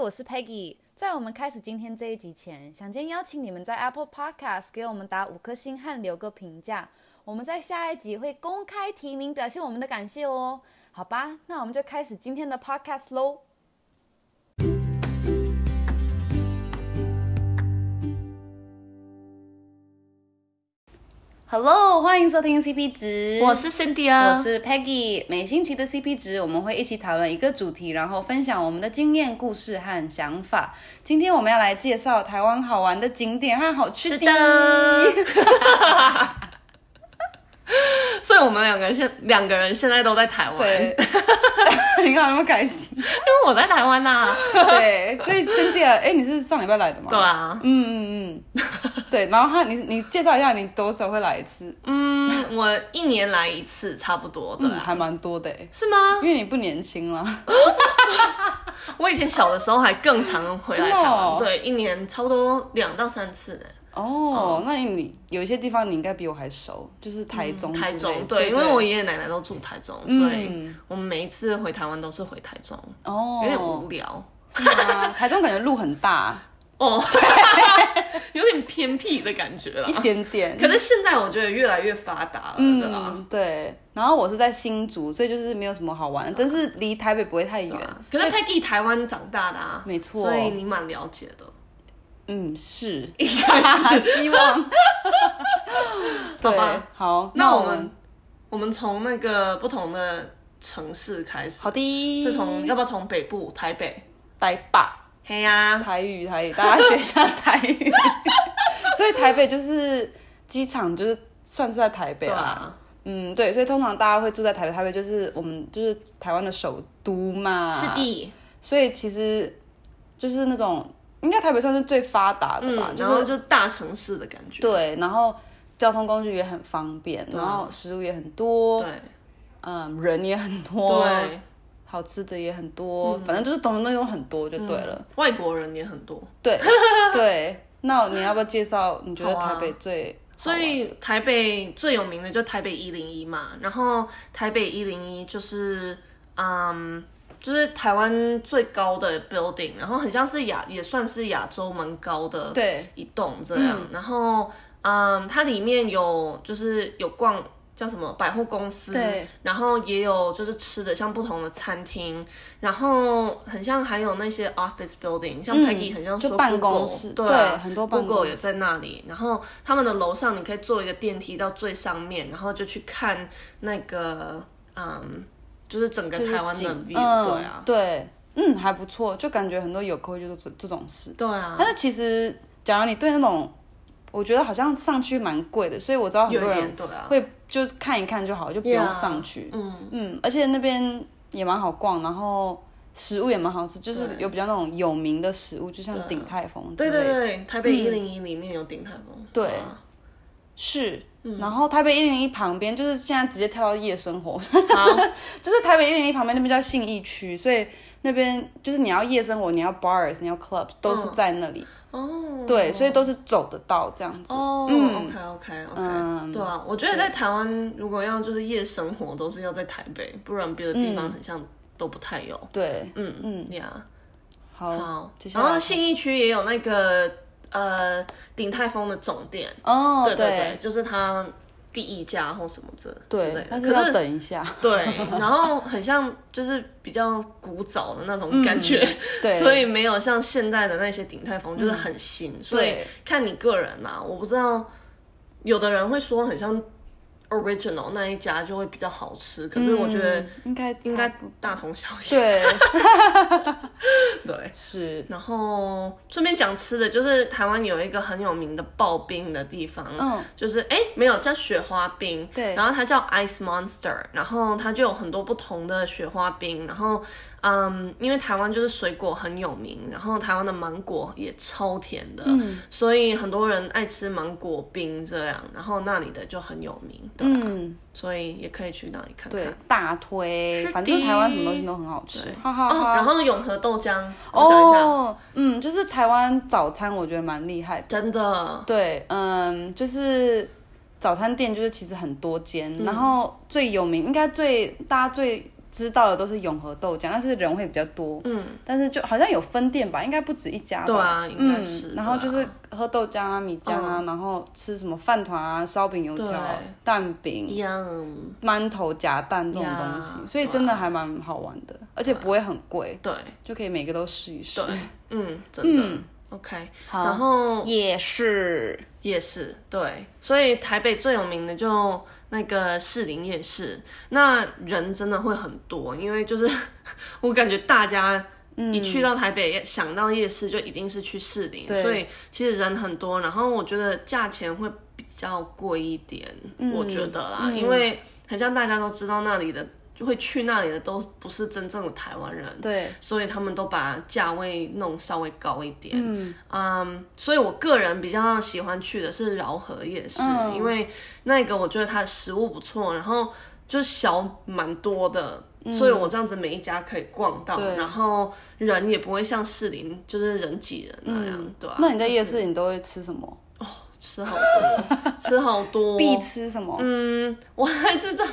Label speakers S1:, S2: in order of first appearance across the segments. S1: 我是 Peggy。在我们开始今天这一集前，想先邀请你们在 Apple Podcast 给我们打五颗星和留个评价。我们在下一集会公开提名，表现我们的感谢哦。好吧，那我们就开始今天的 Podcast 喽。Hello，欢迎收听 CP 值，
S2: 我是 Cindy
S1: 我
S2: 啊，
S1: 是 Peggy，每星期的 CP 值我们会一起讨论一个主题，然后分享我们的经验、故事和想法。今天我们要来介绍台湾好玩的景点和好吃
S2: 是
S1: 的。
S2: 的。所以我们两个人现两个人现在都在台湾，
S1: 对， 你看有没有开心？
S2: 因为我在台湾呐、
S1: 对，所以 Cynthia，哎、你是上礼拜来的吗？
S2: 对啊，
S1: 嗯嗯嗯，对。然后他，你你介绍一下，你多久会来一次？
S2: 嗯，我一年来一次，差不多，对
S1: 嗯，
S2: 啊，
S1: 还蛮多的哎，
S2: 是吗？
S1: 因为你不年轻 了。
S2: 我以前小的时候还更常回来
S1: 真的
S2: 台湾，
S1: 哦
S2: 对，一年差不多两到三次欸呢。
S1: 哦，那你有一些地方你应该比我还熟，就是台嗯中之类的、
S2: 嗯台中，对，因为我爷爷奶奶都住台中，所以
S1: 嗯
S2: 我们每一次回台湾都是回台中，
S1: 哦
S2: 有点无聊
S1: 是吗？台中感觉路很大，
S2: 哦，有点偏僻的感 觉了
S1: 一。点点。
S2: 可是现在我觉得越来越发达了，对吧？
S1: 嗯，对。然后我是在新竹，所以就是没有什么好玩的，
S2: 啊
S1: 但是离台北不会太远。
S2: 可是 Peggy 台湾长大的啊，
S1: 没错
S2: 所以你蛮了解 的，
S1: 嗯，是，
S2: 应该 是
S1: 希望。
S2: 好
S1: 对
S2: 吧？，
S1: 好，
S2: 那
S1: 那
S2: 我
S1: 我
S2: 们我们从那个不同的城市开始，
S1: 好的，
S2: 就从要不要从北部台北？
S1: 台北
S2: 嘿呀，
S1: 台语台语，大家学一下台 语。所以台北就是机场，就是算是在台北
S2: 对
S1: 啦。
S2: 啊，
S1: 嗯，对，所以通常大家会住在台北，台北就是我们就是台湾的首都嘛。
S2: 是的，
S1: 所以其实就是那种，应该台北算是最发达的吧，
S2: 嗯，
S1: 就
S2: 然后
S1: 是
S2: 就大城市的感觉，
S1: 对，然后交通工具也很方便，
S2: 对啊
S1: 然后食物也很多，
S2: 对
S1: 嗯，人也很多，
S2: 对，
S1: 好吃的也很多，反正就是懂的东西有很多就对了。
S2: 嗯，外国人也很多，
S1: 对 对，那你要不要介绍你觉得
S2: 好啊
S1: 台北最好
S2: 所
S1: 玩？
S2: 以台北最有名的就台北一零一嘛，然后台北一零一就是嗯，就是台湾最高的 building，然后很像是亚也算是亚洲蛮高的
S1: 对
S2: 一栋这样，然后嗯，它里面有就是有逛。叫什么百货公司
S1: 对，
S2: 然后也有就是吃的，像不同的餐厅，然后很像还有那些 office building，像
S1: 嗯
S2: Peggy 很像
S1: 就
S2: 说
S1: 办
S2: Google，
S1: 公室
S2: 对
S1: 对
S2: 啊
S1: 很多办公
S2: Google
S1: 室
S2: 也在那里，然后他们的楼上你可以坐一个电梯到最上面，然后就去看那个嗯，就是整个
S1: 就是
S2: 台湾的
S1: 景
S2: view，、
S1: 嗯
S2: 对啊，
S1: 对，嗯，还不错，就感觉很多游客会去做这这种事。
S2: 对啊，
S1: 但是其实，假如你对那种，我觉得好像上去蛮贵的，所以我知道很
S2: 有
S1: 多
S2: 一
S1: 人
S2: 点对啊，
S1: 会就看一看就好，就不用
S2: Yeah，
S1: 上去。
S2: 嗯，
S1: 嗯，而且那边也蛮好逛，然后食物也蛮好吃，就是有比较那种有名的食物，就像鼎泰丰之
S2: 对
S1: 类的。嗯
S2: 对对，台北一零一里面有鼎泰丰，
S1: 对
S2: 啊
S1: 是。
S2: 嗯
S1: 然后台北一零一旁边就是现在直接跳到夜生活，
S2: 好，
S1: 就是台北一零一旁边那边叫信义区，所以那边就是你要夜生活，你要 bars，你要 club 都是在那里，
S2: 哦，
S1: 对，所以都是走得到这样子。
S2: 哦、
S1: 嗯
S2: o k OK OK，、
S1: 嗯
S2: 对啊，我觉得在台湾如果要就是夜生活都是要在台北，不然别的地方很像都不太有，
S1: 对，
S2: 嗯
S1: 嗯，
S2: 嗯呀。
S1: 好，
S2: 好
S1: 接，下
S2: 然
S1: 来
S2: 后信义区也有那个呃鼎泰丰的总店，
S1: 哦，
S2: 对对对，就是它第一家或什么之之类
S1: 对，
S2: 的。
S1: 但是
S2: 可
S1: 要
S2: 是
S1: 等一下，
S2: 对，然后很像就是比较古早的那
S1: 嗯
S2: 种感觉，
S1: 对，嗯
S2: 所以没有像现在的那些鼎泰丰就是很新，所以
S1: 对
S2: 看你个人啦、我不知道，有的人会说很像 original 那一家就会比较好吃，可是我觉得
S1: 嗯应该
S2: 应该
S1: 差不
S2: 大同小异，
S1: 对
S2: 对。
S1: 是
S2: 然后顺便讲吃的，就是台湾有一个很有名的刨冰的地方，
S1: 嗯，
S2: 就是哎没有叫雪花冰，
S1: 对
S2: 然后它叫 Ice Monster，然后它就有很多不同的雪花冰，然后嗯，因为台湾就是水果很有名，然后台湾的芒果也超甜的，
S1: 嗯
S2: 所以很多人爱吃芒果冰这样，然后那里的就很有名，对啊、
S1: 嗯
S2: 所以也可以去那里看看
S1: 对。大推
S2: 是，的
S1: 反正台湾什么东西都很好吃，哈哈
S2: 哦，然
S1: 哈。
S2: 后永和豆浆，我讲一下，
S1: 哦，嗯，就是台湾早餐我觉得蛮厉害的，
S2: 真的，
S1: 对，嗯，就是早餐店就是其实很多间，然后最有名应该最大家最知道的都是永和豆浆，但是人会比较多。嗯，但是就好像有分店吧，应该不止一家吧。
S2: 对啊应该是对
S1: 嗯。
S2: 啊
S1: 然后就是喝豆浆啊、米浆啊，然后吃什么饭团啊、烧饼、油条
S2: 对、
S1: 蛋饼、
S2: Yum，
S1: 馒头夹蛋这种东西，
S2: 呀
S1: 所以真的还蛮好玩的，而且不会很贵，
S2: 对，
S1: 就可以每个都试一试。
S2: 对嗯，真的、o k
S1: 好
S2: 然后
S1: 也是，
S2: 夜市，对，所以台北最有名的就那个士林夜市，那人真的会很多，因为就是 我感觉大家一去到台北，想到夜市就一定是去士林，
S1: 对
S2: 所以其实人很多，然后我觉得价钱会比较贵一点，我觉得啦，因为很像大家都知道那里的。会去那里的都不是真正的台湾人，
S1: 对，
S2: 所以他们都把价位弄稍微高一点。嗯所以我个人比较喜欢去的是饶河夜市，
S1: 嗯
S2: 因为那个我觉得它的食物不错，然后就小蛮多的。所以我这样子每一家可以逛到，
S1: 嗯对
S2: 然后人也不会像士林就是人挤人那样，对吧、啊？
S1: 嗯那你在夜
S2: 就是
S1: 市你都会吃什么？
S2: 吃好 多，吃好多，
S1: 必吃什么？
S2: 嗯，我还知道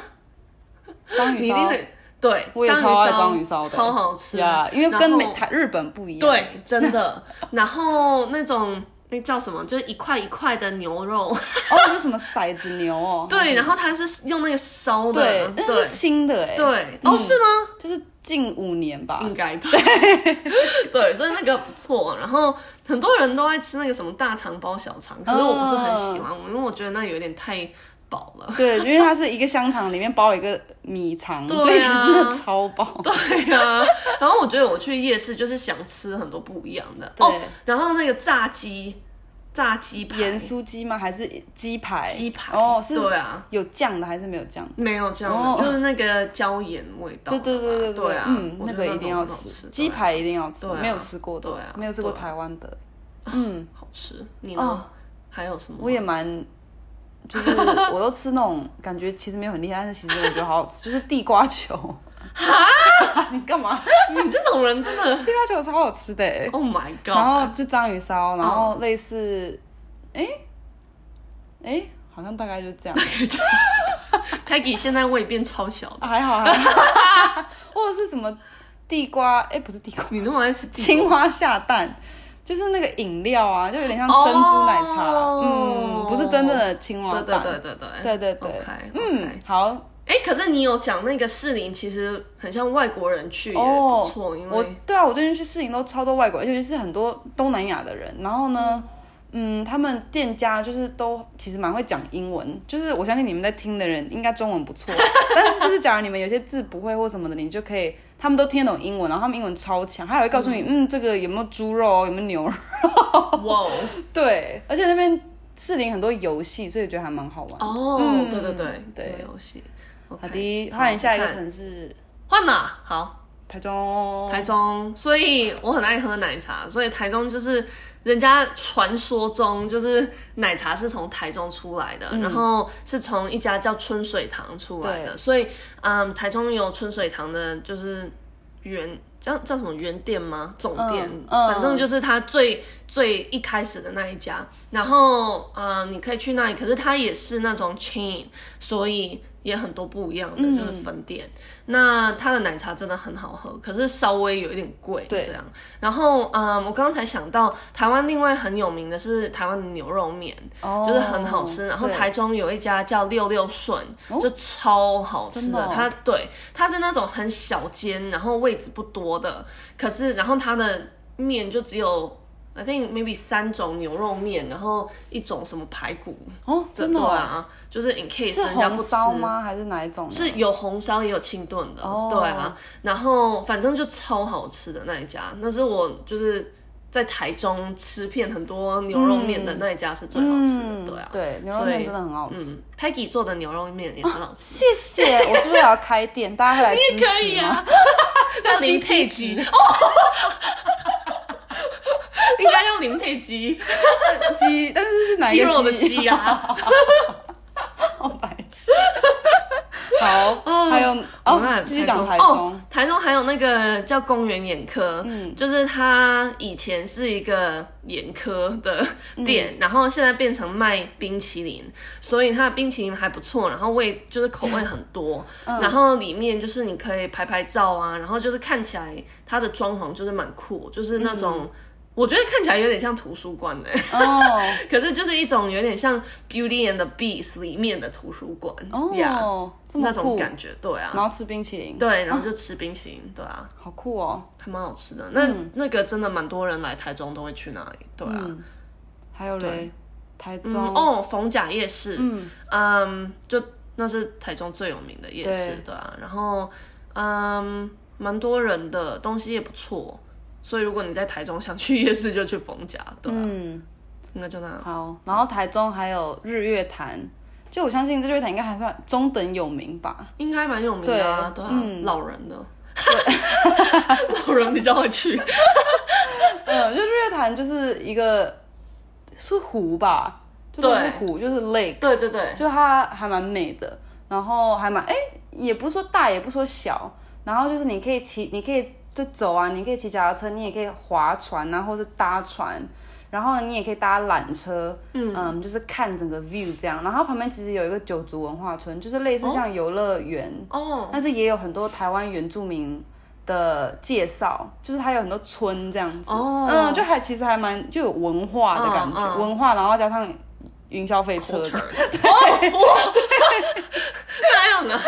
S1: 章鱼
S2: 你一
S1: 烧
S2: 定。很对，
S1: 我也超爱章鱼烧的，
S2: 超好吃
S1: 呀因为跟美
S2: 然后
S1: 台日本不一样。
S2: 对，真的。 然后那种那叫什么，就是一块一块的牛 肉，
S1: 哦，那什么骰子牛哦，
S2: 对，然后它是用那个烧的，
S1: 对，
S2: 对
S1: 那是新的哎，
S2: 对，嗯哦，是吗？
S1: 就是近五年吧，
S2: 应该对， 对，所以那个不错。然后很多人都爱吃那个什么大肠包小肠，可是我不是很喜欢，因为我觉得那有点太饱了。
S1: 对，因为它是一个香肠里面包一个米肠，
S2: 对啊
S1: 所以其实真的超饱。
S2: 对呀、然后我觉得我去夜市就是想吃很多不一样的
S1: 对
S2: 哦，然后那个炸鸡，炸鸡排，
S1: 盐酥鸡吗？还是鸡排？
S2: 鸡排
S1: 哦，是
S2: 对啊，
S1: 有酱的还是没有酱？
S2: 没有这样的，
S1: 哦
S2: 就是那个椒盐味道的
S1: 对
S2: 吧。
S1: 对对
S2: 对
S1: 对，
S2: 啊，
S1: 嗯，
S2: 我
S1: 那
S2: 觉得
S1: 个一定要
S2: 种很好吃，
S1: 鸡
S2: 对啊
S1: 排一定要吃
S2: 对，啊
S1: 没有吃过的
S2: 对啊，
S1: 没有吃过
S2: 对啊
S1: 台湾的，嗯，
S2: 好吃。你
S1: 哦
S2: 呢？还有什么吗？
S1: 我也蛮，就是我都吃那种感觉其实没有很厉害，但是其实我觉得好好吃，就是地瓜球。哈， 你干嘛？
S2: 你这种人真 的
S1: 地瓜球超好吃的欸、
S2: ，Oh my
S1: 然
S2: god！
S1: 后就章鱼烧，然后类似，哎、哎、好像大概就这样，
S2: Peggy 现在胃变超小的，
S1: 啊还好还好， 或者是什么地瓜，哎、不是地瓜，
S2: 你那么爱吃地
S1: 青蛙下蛋。就是那个饮料啊，就有点像珍珠奶茶
S2: 哦
S1: 嗯，不是真正的青蛙
S2: 瓜？
S1: 蛋，
S2: 对对对对对
S1: 对对对
S2: OK，
S1: 嗯，好，
S2: 哎，可是你有讲那个士林，其实很像外国人去也
S1: 哦，
S2: 不错，因
S1: 我
S2: 为
S1: 对啊，我最近去适应都超多外国人，尤其是很多东南亚的人。然后呢，嗯，他们店家就是都其实蛮会讲英文，就是我相信你们在听的人应该中文 不错，但是就是假如你们有些字不会或什么的，你就可以。他们都听得懂英文，然后他们英文超强，还有会告诉你，嗯这个有没有猪肉哦，有没有 牛肉？
S2: 哇 哦
S1: 对，而且那边士林很多游戏，所以我觉得还蛮好玩。
S2: 哦，对对对
S1: 嗯对
S2: 有游戏。
S1: 好
S2: OK，
S1: 的，换下一个
S2: 看
S1: 城市，
S2: 换哪？好，
S1: 台中。
S2: 台中，所以我很爱喝奶茶，所以台中就是人家传说中就是奶茶是从台中出来的，然后是从一家叫春水堂出来的，
S1: 对
S2: 所以嗯，台中有春水堂的，就是原叫叫什么原店吗？总店，
S1: 嗯嗯
S2: 反正就是它最最一开始的那一家。然后嗯，你可以去那里，可是它也是那种 chain，所以也很多不一样的就是
S1: 嗯
S2: 分店。那它的奶茶真的很好喝，可是稍微有一点贵，
S1: 对
S2: 这样。然后嗯，我刚才想到台湾另外很有名的是台湾的牛肉面，
S1: 哦
S2: 就是很好吃。然后
S1: 对哦
S2: 台中有一家叫六六顺，就超好吃
S1: 真的
S2: 的。
S1: 哦
S2: 它对它是那种很小间，然后位置不多的，可是然后它的面就只有。I think maybe 三种牛肉面，然后一种什么排骨，
S1: 哦，真的
S2: 对
S1: 哦
S2: 啊，就是 in case
S1: 是
S2: 人家
S1: 红
S2: 不吃
S1: 烧吗？还是哪一种呢？
S2: 是有红烧也有清炖的
S1: 哦
S2: 对啊，然后反正就超好吃的那一家，那是我就是在台中吃遍很多牛肉面的那一家是最好吃的，对啊，
S1: 嗯对，牛肉
S2: 所
S1: 面
S2: 以
S1: 真的很好吃。
S2: 嗯，Peggy 做的牛肉面也很好吃，
S1: 谢谢，我是不是也要开店？大家会来支持
S2: 也
S1: 吗
S2: 可以啊， 叫
S1: 叫
S2: 林
S1: CP
S2: 佩吉哦， 应该叫林佩 吉，
S1: 鸡，但是是哪一
S2: 鸡啊
S1: 个
S2: 肉的鸡啊，
S1: 好白痴。好 好，还有
S2: 我看
S1: 哦，继续讲台
S2: 哦
S1: 中，，
S2: 台中还有那个叫公园眼科，
S1: 嗯
S2: 就是它以前是一个眼科的店，
S1: 嗯
S2: 然后现在变成卖冰淇淋，所以它的冰淇淋还不错，然后味就是口味很多，
S1: 嗯
S2: 然后里面就是你可以拍拍照啊，然后就是看起来它的装潢就是蛮酷，就是那种、
S1: 嗯
S2: 我觉得看起来有点像图书馆的、
S1: 哦
S2: 可是就是一种有点像《Beauty and the Beast》里面的图书馆，yeah，
S1: 哦，这
S2: 那
S1: 么
S2: 种
S1: 酷，
S2: 感觉，对啊，
S1: 然后吃冰淇淋，
S2: 对，然后就吃冰淇淋，对啊，
S1: 好酷哦。
S2: 还蛮好吃的。那、
S1: 嗯
S2: 那个真的蛮多人来台中都会去那里，对啊。嗯
S1: 还有嘞，台中、
S2: 哦，逢甲夜市，
S1: 嗯
S2: 嗯就那是台中最有名的夜市，
S1: 对
S2: 对啊。然后嗯，蛮多人的东西也不错，所以如果你在台中想去夜市，就去逢甲，对啊，
S1: 嗯，
S2: 应该就那。
S1: 好，然后台中还有日月潭，就我相信日月潭应该还算中等有名 吧。
S2: 应该蛮有名的啊，
S1: 对
S2: 对啊，
S1: 嗯
S2: 老人的， 老人比较会去，
S1: 嗯，就日月潭就是一个是湖吧，就
S2: 对
S1: 不是湖，就是 lake，
S2: 对对对，
S1: 就它还蛮美的，然后还蛮哎、也不是说大，也不是说小，然后就是你可以骑，你可以就走啊，你可以骑脚踏车，你也可以划船啊，或是搭船，然后你也可以搭缆车，嗯就是看整个 view 这样。然后旁边其实有一个九族文化村，就是类似像游乐园，
S2: 哦，
S1: 但是也有很多台湾原住民。的介绍就是它有很多村这样子
S2: 哦
S1: 嗯，就还其实还蛮就有文化的感觉
S2: 嗯嗯
S1: 文化，然后加上云霄飞车
S2: culture 哦，哇，那样啊，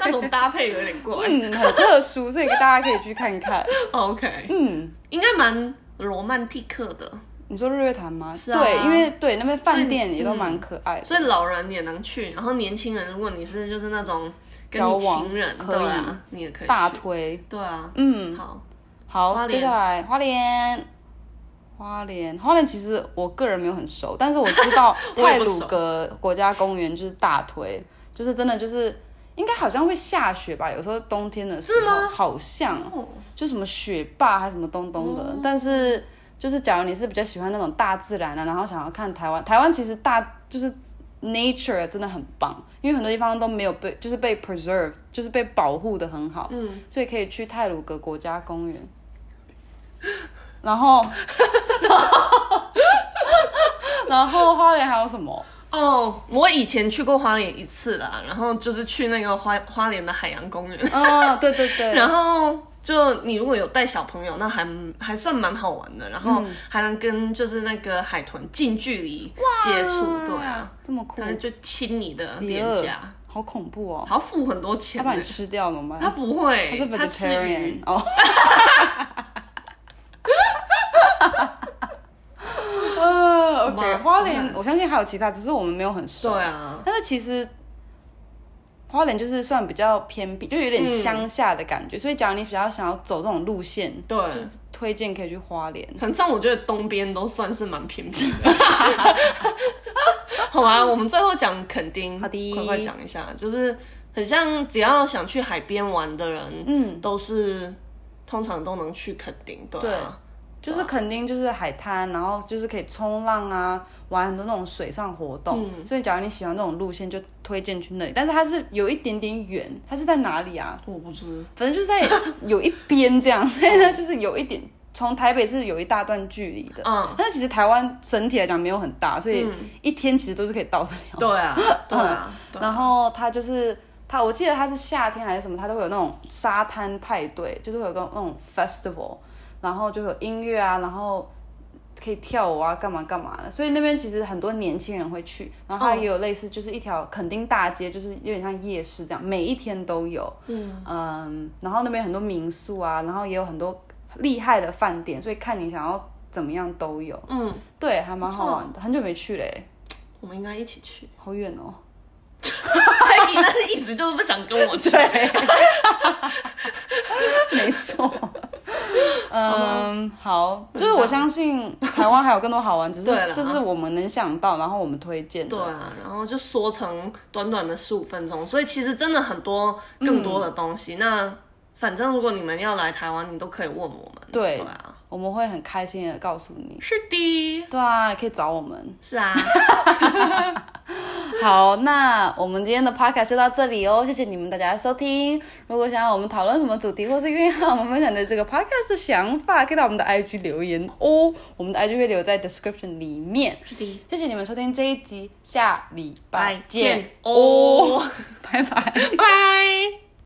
S2: 那种搭配有点怪。
S1: 嗯，很特殊，所以大家可以去看看。
S2: 哦 OK，
S1: 嗯，
S2: 应该蛮罗曼蒂克的，
S1: 你说日月潭吗？
S2: 是啊
S1: 对，因为对那
S2: 所以
S1: 边饭
S2: 你嗯
S1: 店也都蛮可爱的。
S2: 所以老人也能去，然后年轻人，如果你是就是那种跟
S1: 交
S2: 你
S1: 往
S2: 情人，
S1: 可
S2: 对
S1: 以
S2: 啊，你也可以去
S1: 大，推，
S2: 对啊，
S1: 嗯，
S2: 好，花
S1: 好，
S2: 莲
S1: 接下来花莲，花莲，花莲其实我个人没有很熟，但是我知道
S2: 我也
S1: 泰
S2: 不
S1: 鲁
S2: 熟
S1: 格国家公园就是大推，就是真的就是应该好像会下雪吧，有时候冬天的时候，好像啊
S2: 哦
S1: 就什么雪霸还是什么东东的，但是就是假如你是比较喜欢那种大自然的、然后想要看台湾，台湾其实大就是 nature 啊真的很棒，因为很多地方都没有被就是被 preserve，就是被保护的很好，嗯，所以可以去泰鲁格国家公园，然后， 然后花莲还有什么？
S2: 哦，我以前去过花莲一次啦，然后就是去那个花花莲的海洋公园，
S1: 嗯、对对对，
S2: 然后就你如果有带小朋友，那还还算蛮好玩的，然后还能跟就是那个海豚近距离接触，对啊，
S1: 这么酷
S2: 它，就亲你的
S1: 比
S2: 脸
S1: 尔
S2: 颊，
S1: 好恐怖哦！
S2: 好付很多
S1: 他
S2: 钱
S1: 把你
S2: 呢。
S1: 吃掉怎么办？
S2: 它不会
S1: 他是，
S2: 它吃
S1: vegetarian
S2: 鱼，
S1: 哦。呃，OK，
S2: 吧
S1: 花莲我相信还有其他，只是我们没有很熟。
S2: 对啊，
S1: 但是其实花莲就是算比较偏僻，就有点乡下的感觉。所以，假如你比较想要走这种路线，
S2: 对。
S1: 就是推荐可以去花莲。
S2: 反正我觉得东边都算是蛮偏僻 的。好吧，我们最后讲垦丁，
S1: 好的
S2: 快快讲一下，就是很像只要想去海边玩的人，嗯，都是通常都能去垦丁，对啊，
S1: 就是肯定就是海滩，然后就是可以冲浪啊，玩很多那种水上活动。
S2: 嗯
S1: 所以，假如你喜欢这种路线，就推荐去那里。但是它是有一点点远，它是在哪里啊？
S2: 我不知
S1: 反正就是在有一边这样，
S2: 嗯
S1: 所以呢，就是有一点从台北是有一大段距离的。
S2: 嗯，
S1: 但是其实台湾整体来讲没有很大，所以一天其实都是可以到得了。
S2: 对 啊，对啊，对啊
S1: 然后它就是它，我记得它是夏天还是什么，它都会有那种沙滩派对，就是会有个那种 festival，然后就会有音乐啊，然后可以跳舞啊，干嘛干嘛的。所以那边其实很多年轻人会去，然后它也有类似就是一条垦丁大街，就是有点像夜市这样，每一天都有。嗯然后那边很多民宿啊，然后也有很多厉害的饭店，所以看你想要怎么样都有。
S2: 嗯，
S1: 对，还蛮好玩的，很久没去嘞、
S2: 我们应该一起 去。
S1: 好远哦、
S2: 你那意思就是不想跟我去，
S1: 没 错。嗯，好，就是我相信台湾还有更多好玩，只 是
S2: 对啦
S1: 这是我们能想到，然后我们推荐的。
S2: 对啊，然后就缩成短短的十五分钟，所以其实真的很多更多的东西。那反正如果你们要来台湾，你都可以问我们。
S1: 对
S2: 对啊，
S1: 我们会很开心的告诉你。
S2: 是的，啊
S1: 对啊，可以找我们。
S2: 是啊，
S1: 好，那我们今天的 podcast 就到这里哦，谢谢你们大家的收听。如果想要我们讨论什么主题，或是愿意和我们分享的这个 podcast 的想法，可以到我们的 IG 留言哦，我们的 IG 会留在 description 里面。
S2: 是 的，
S1: 谢谢你们收听这一集，下礼拜
S2: 拜
S1: 见
S2: 见哦，
S1: 拜拜。
S2: 拜。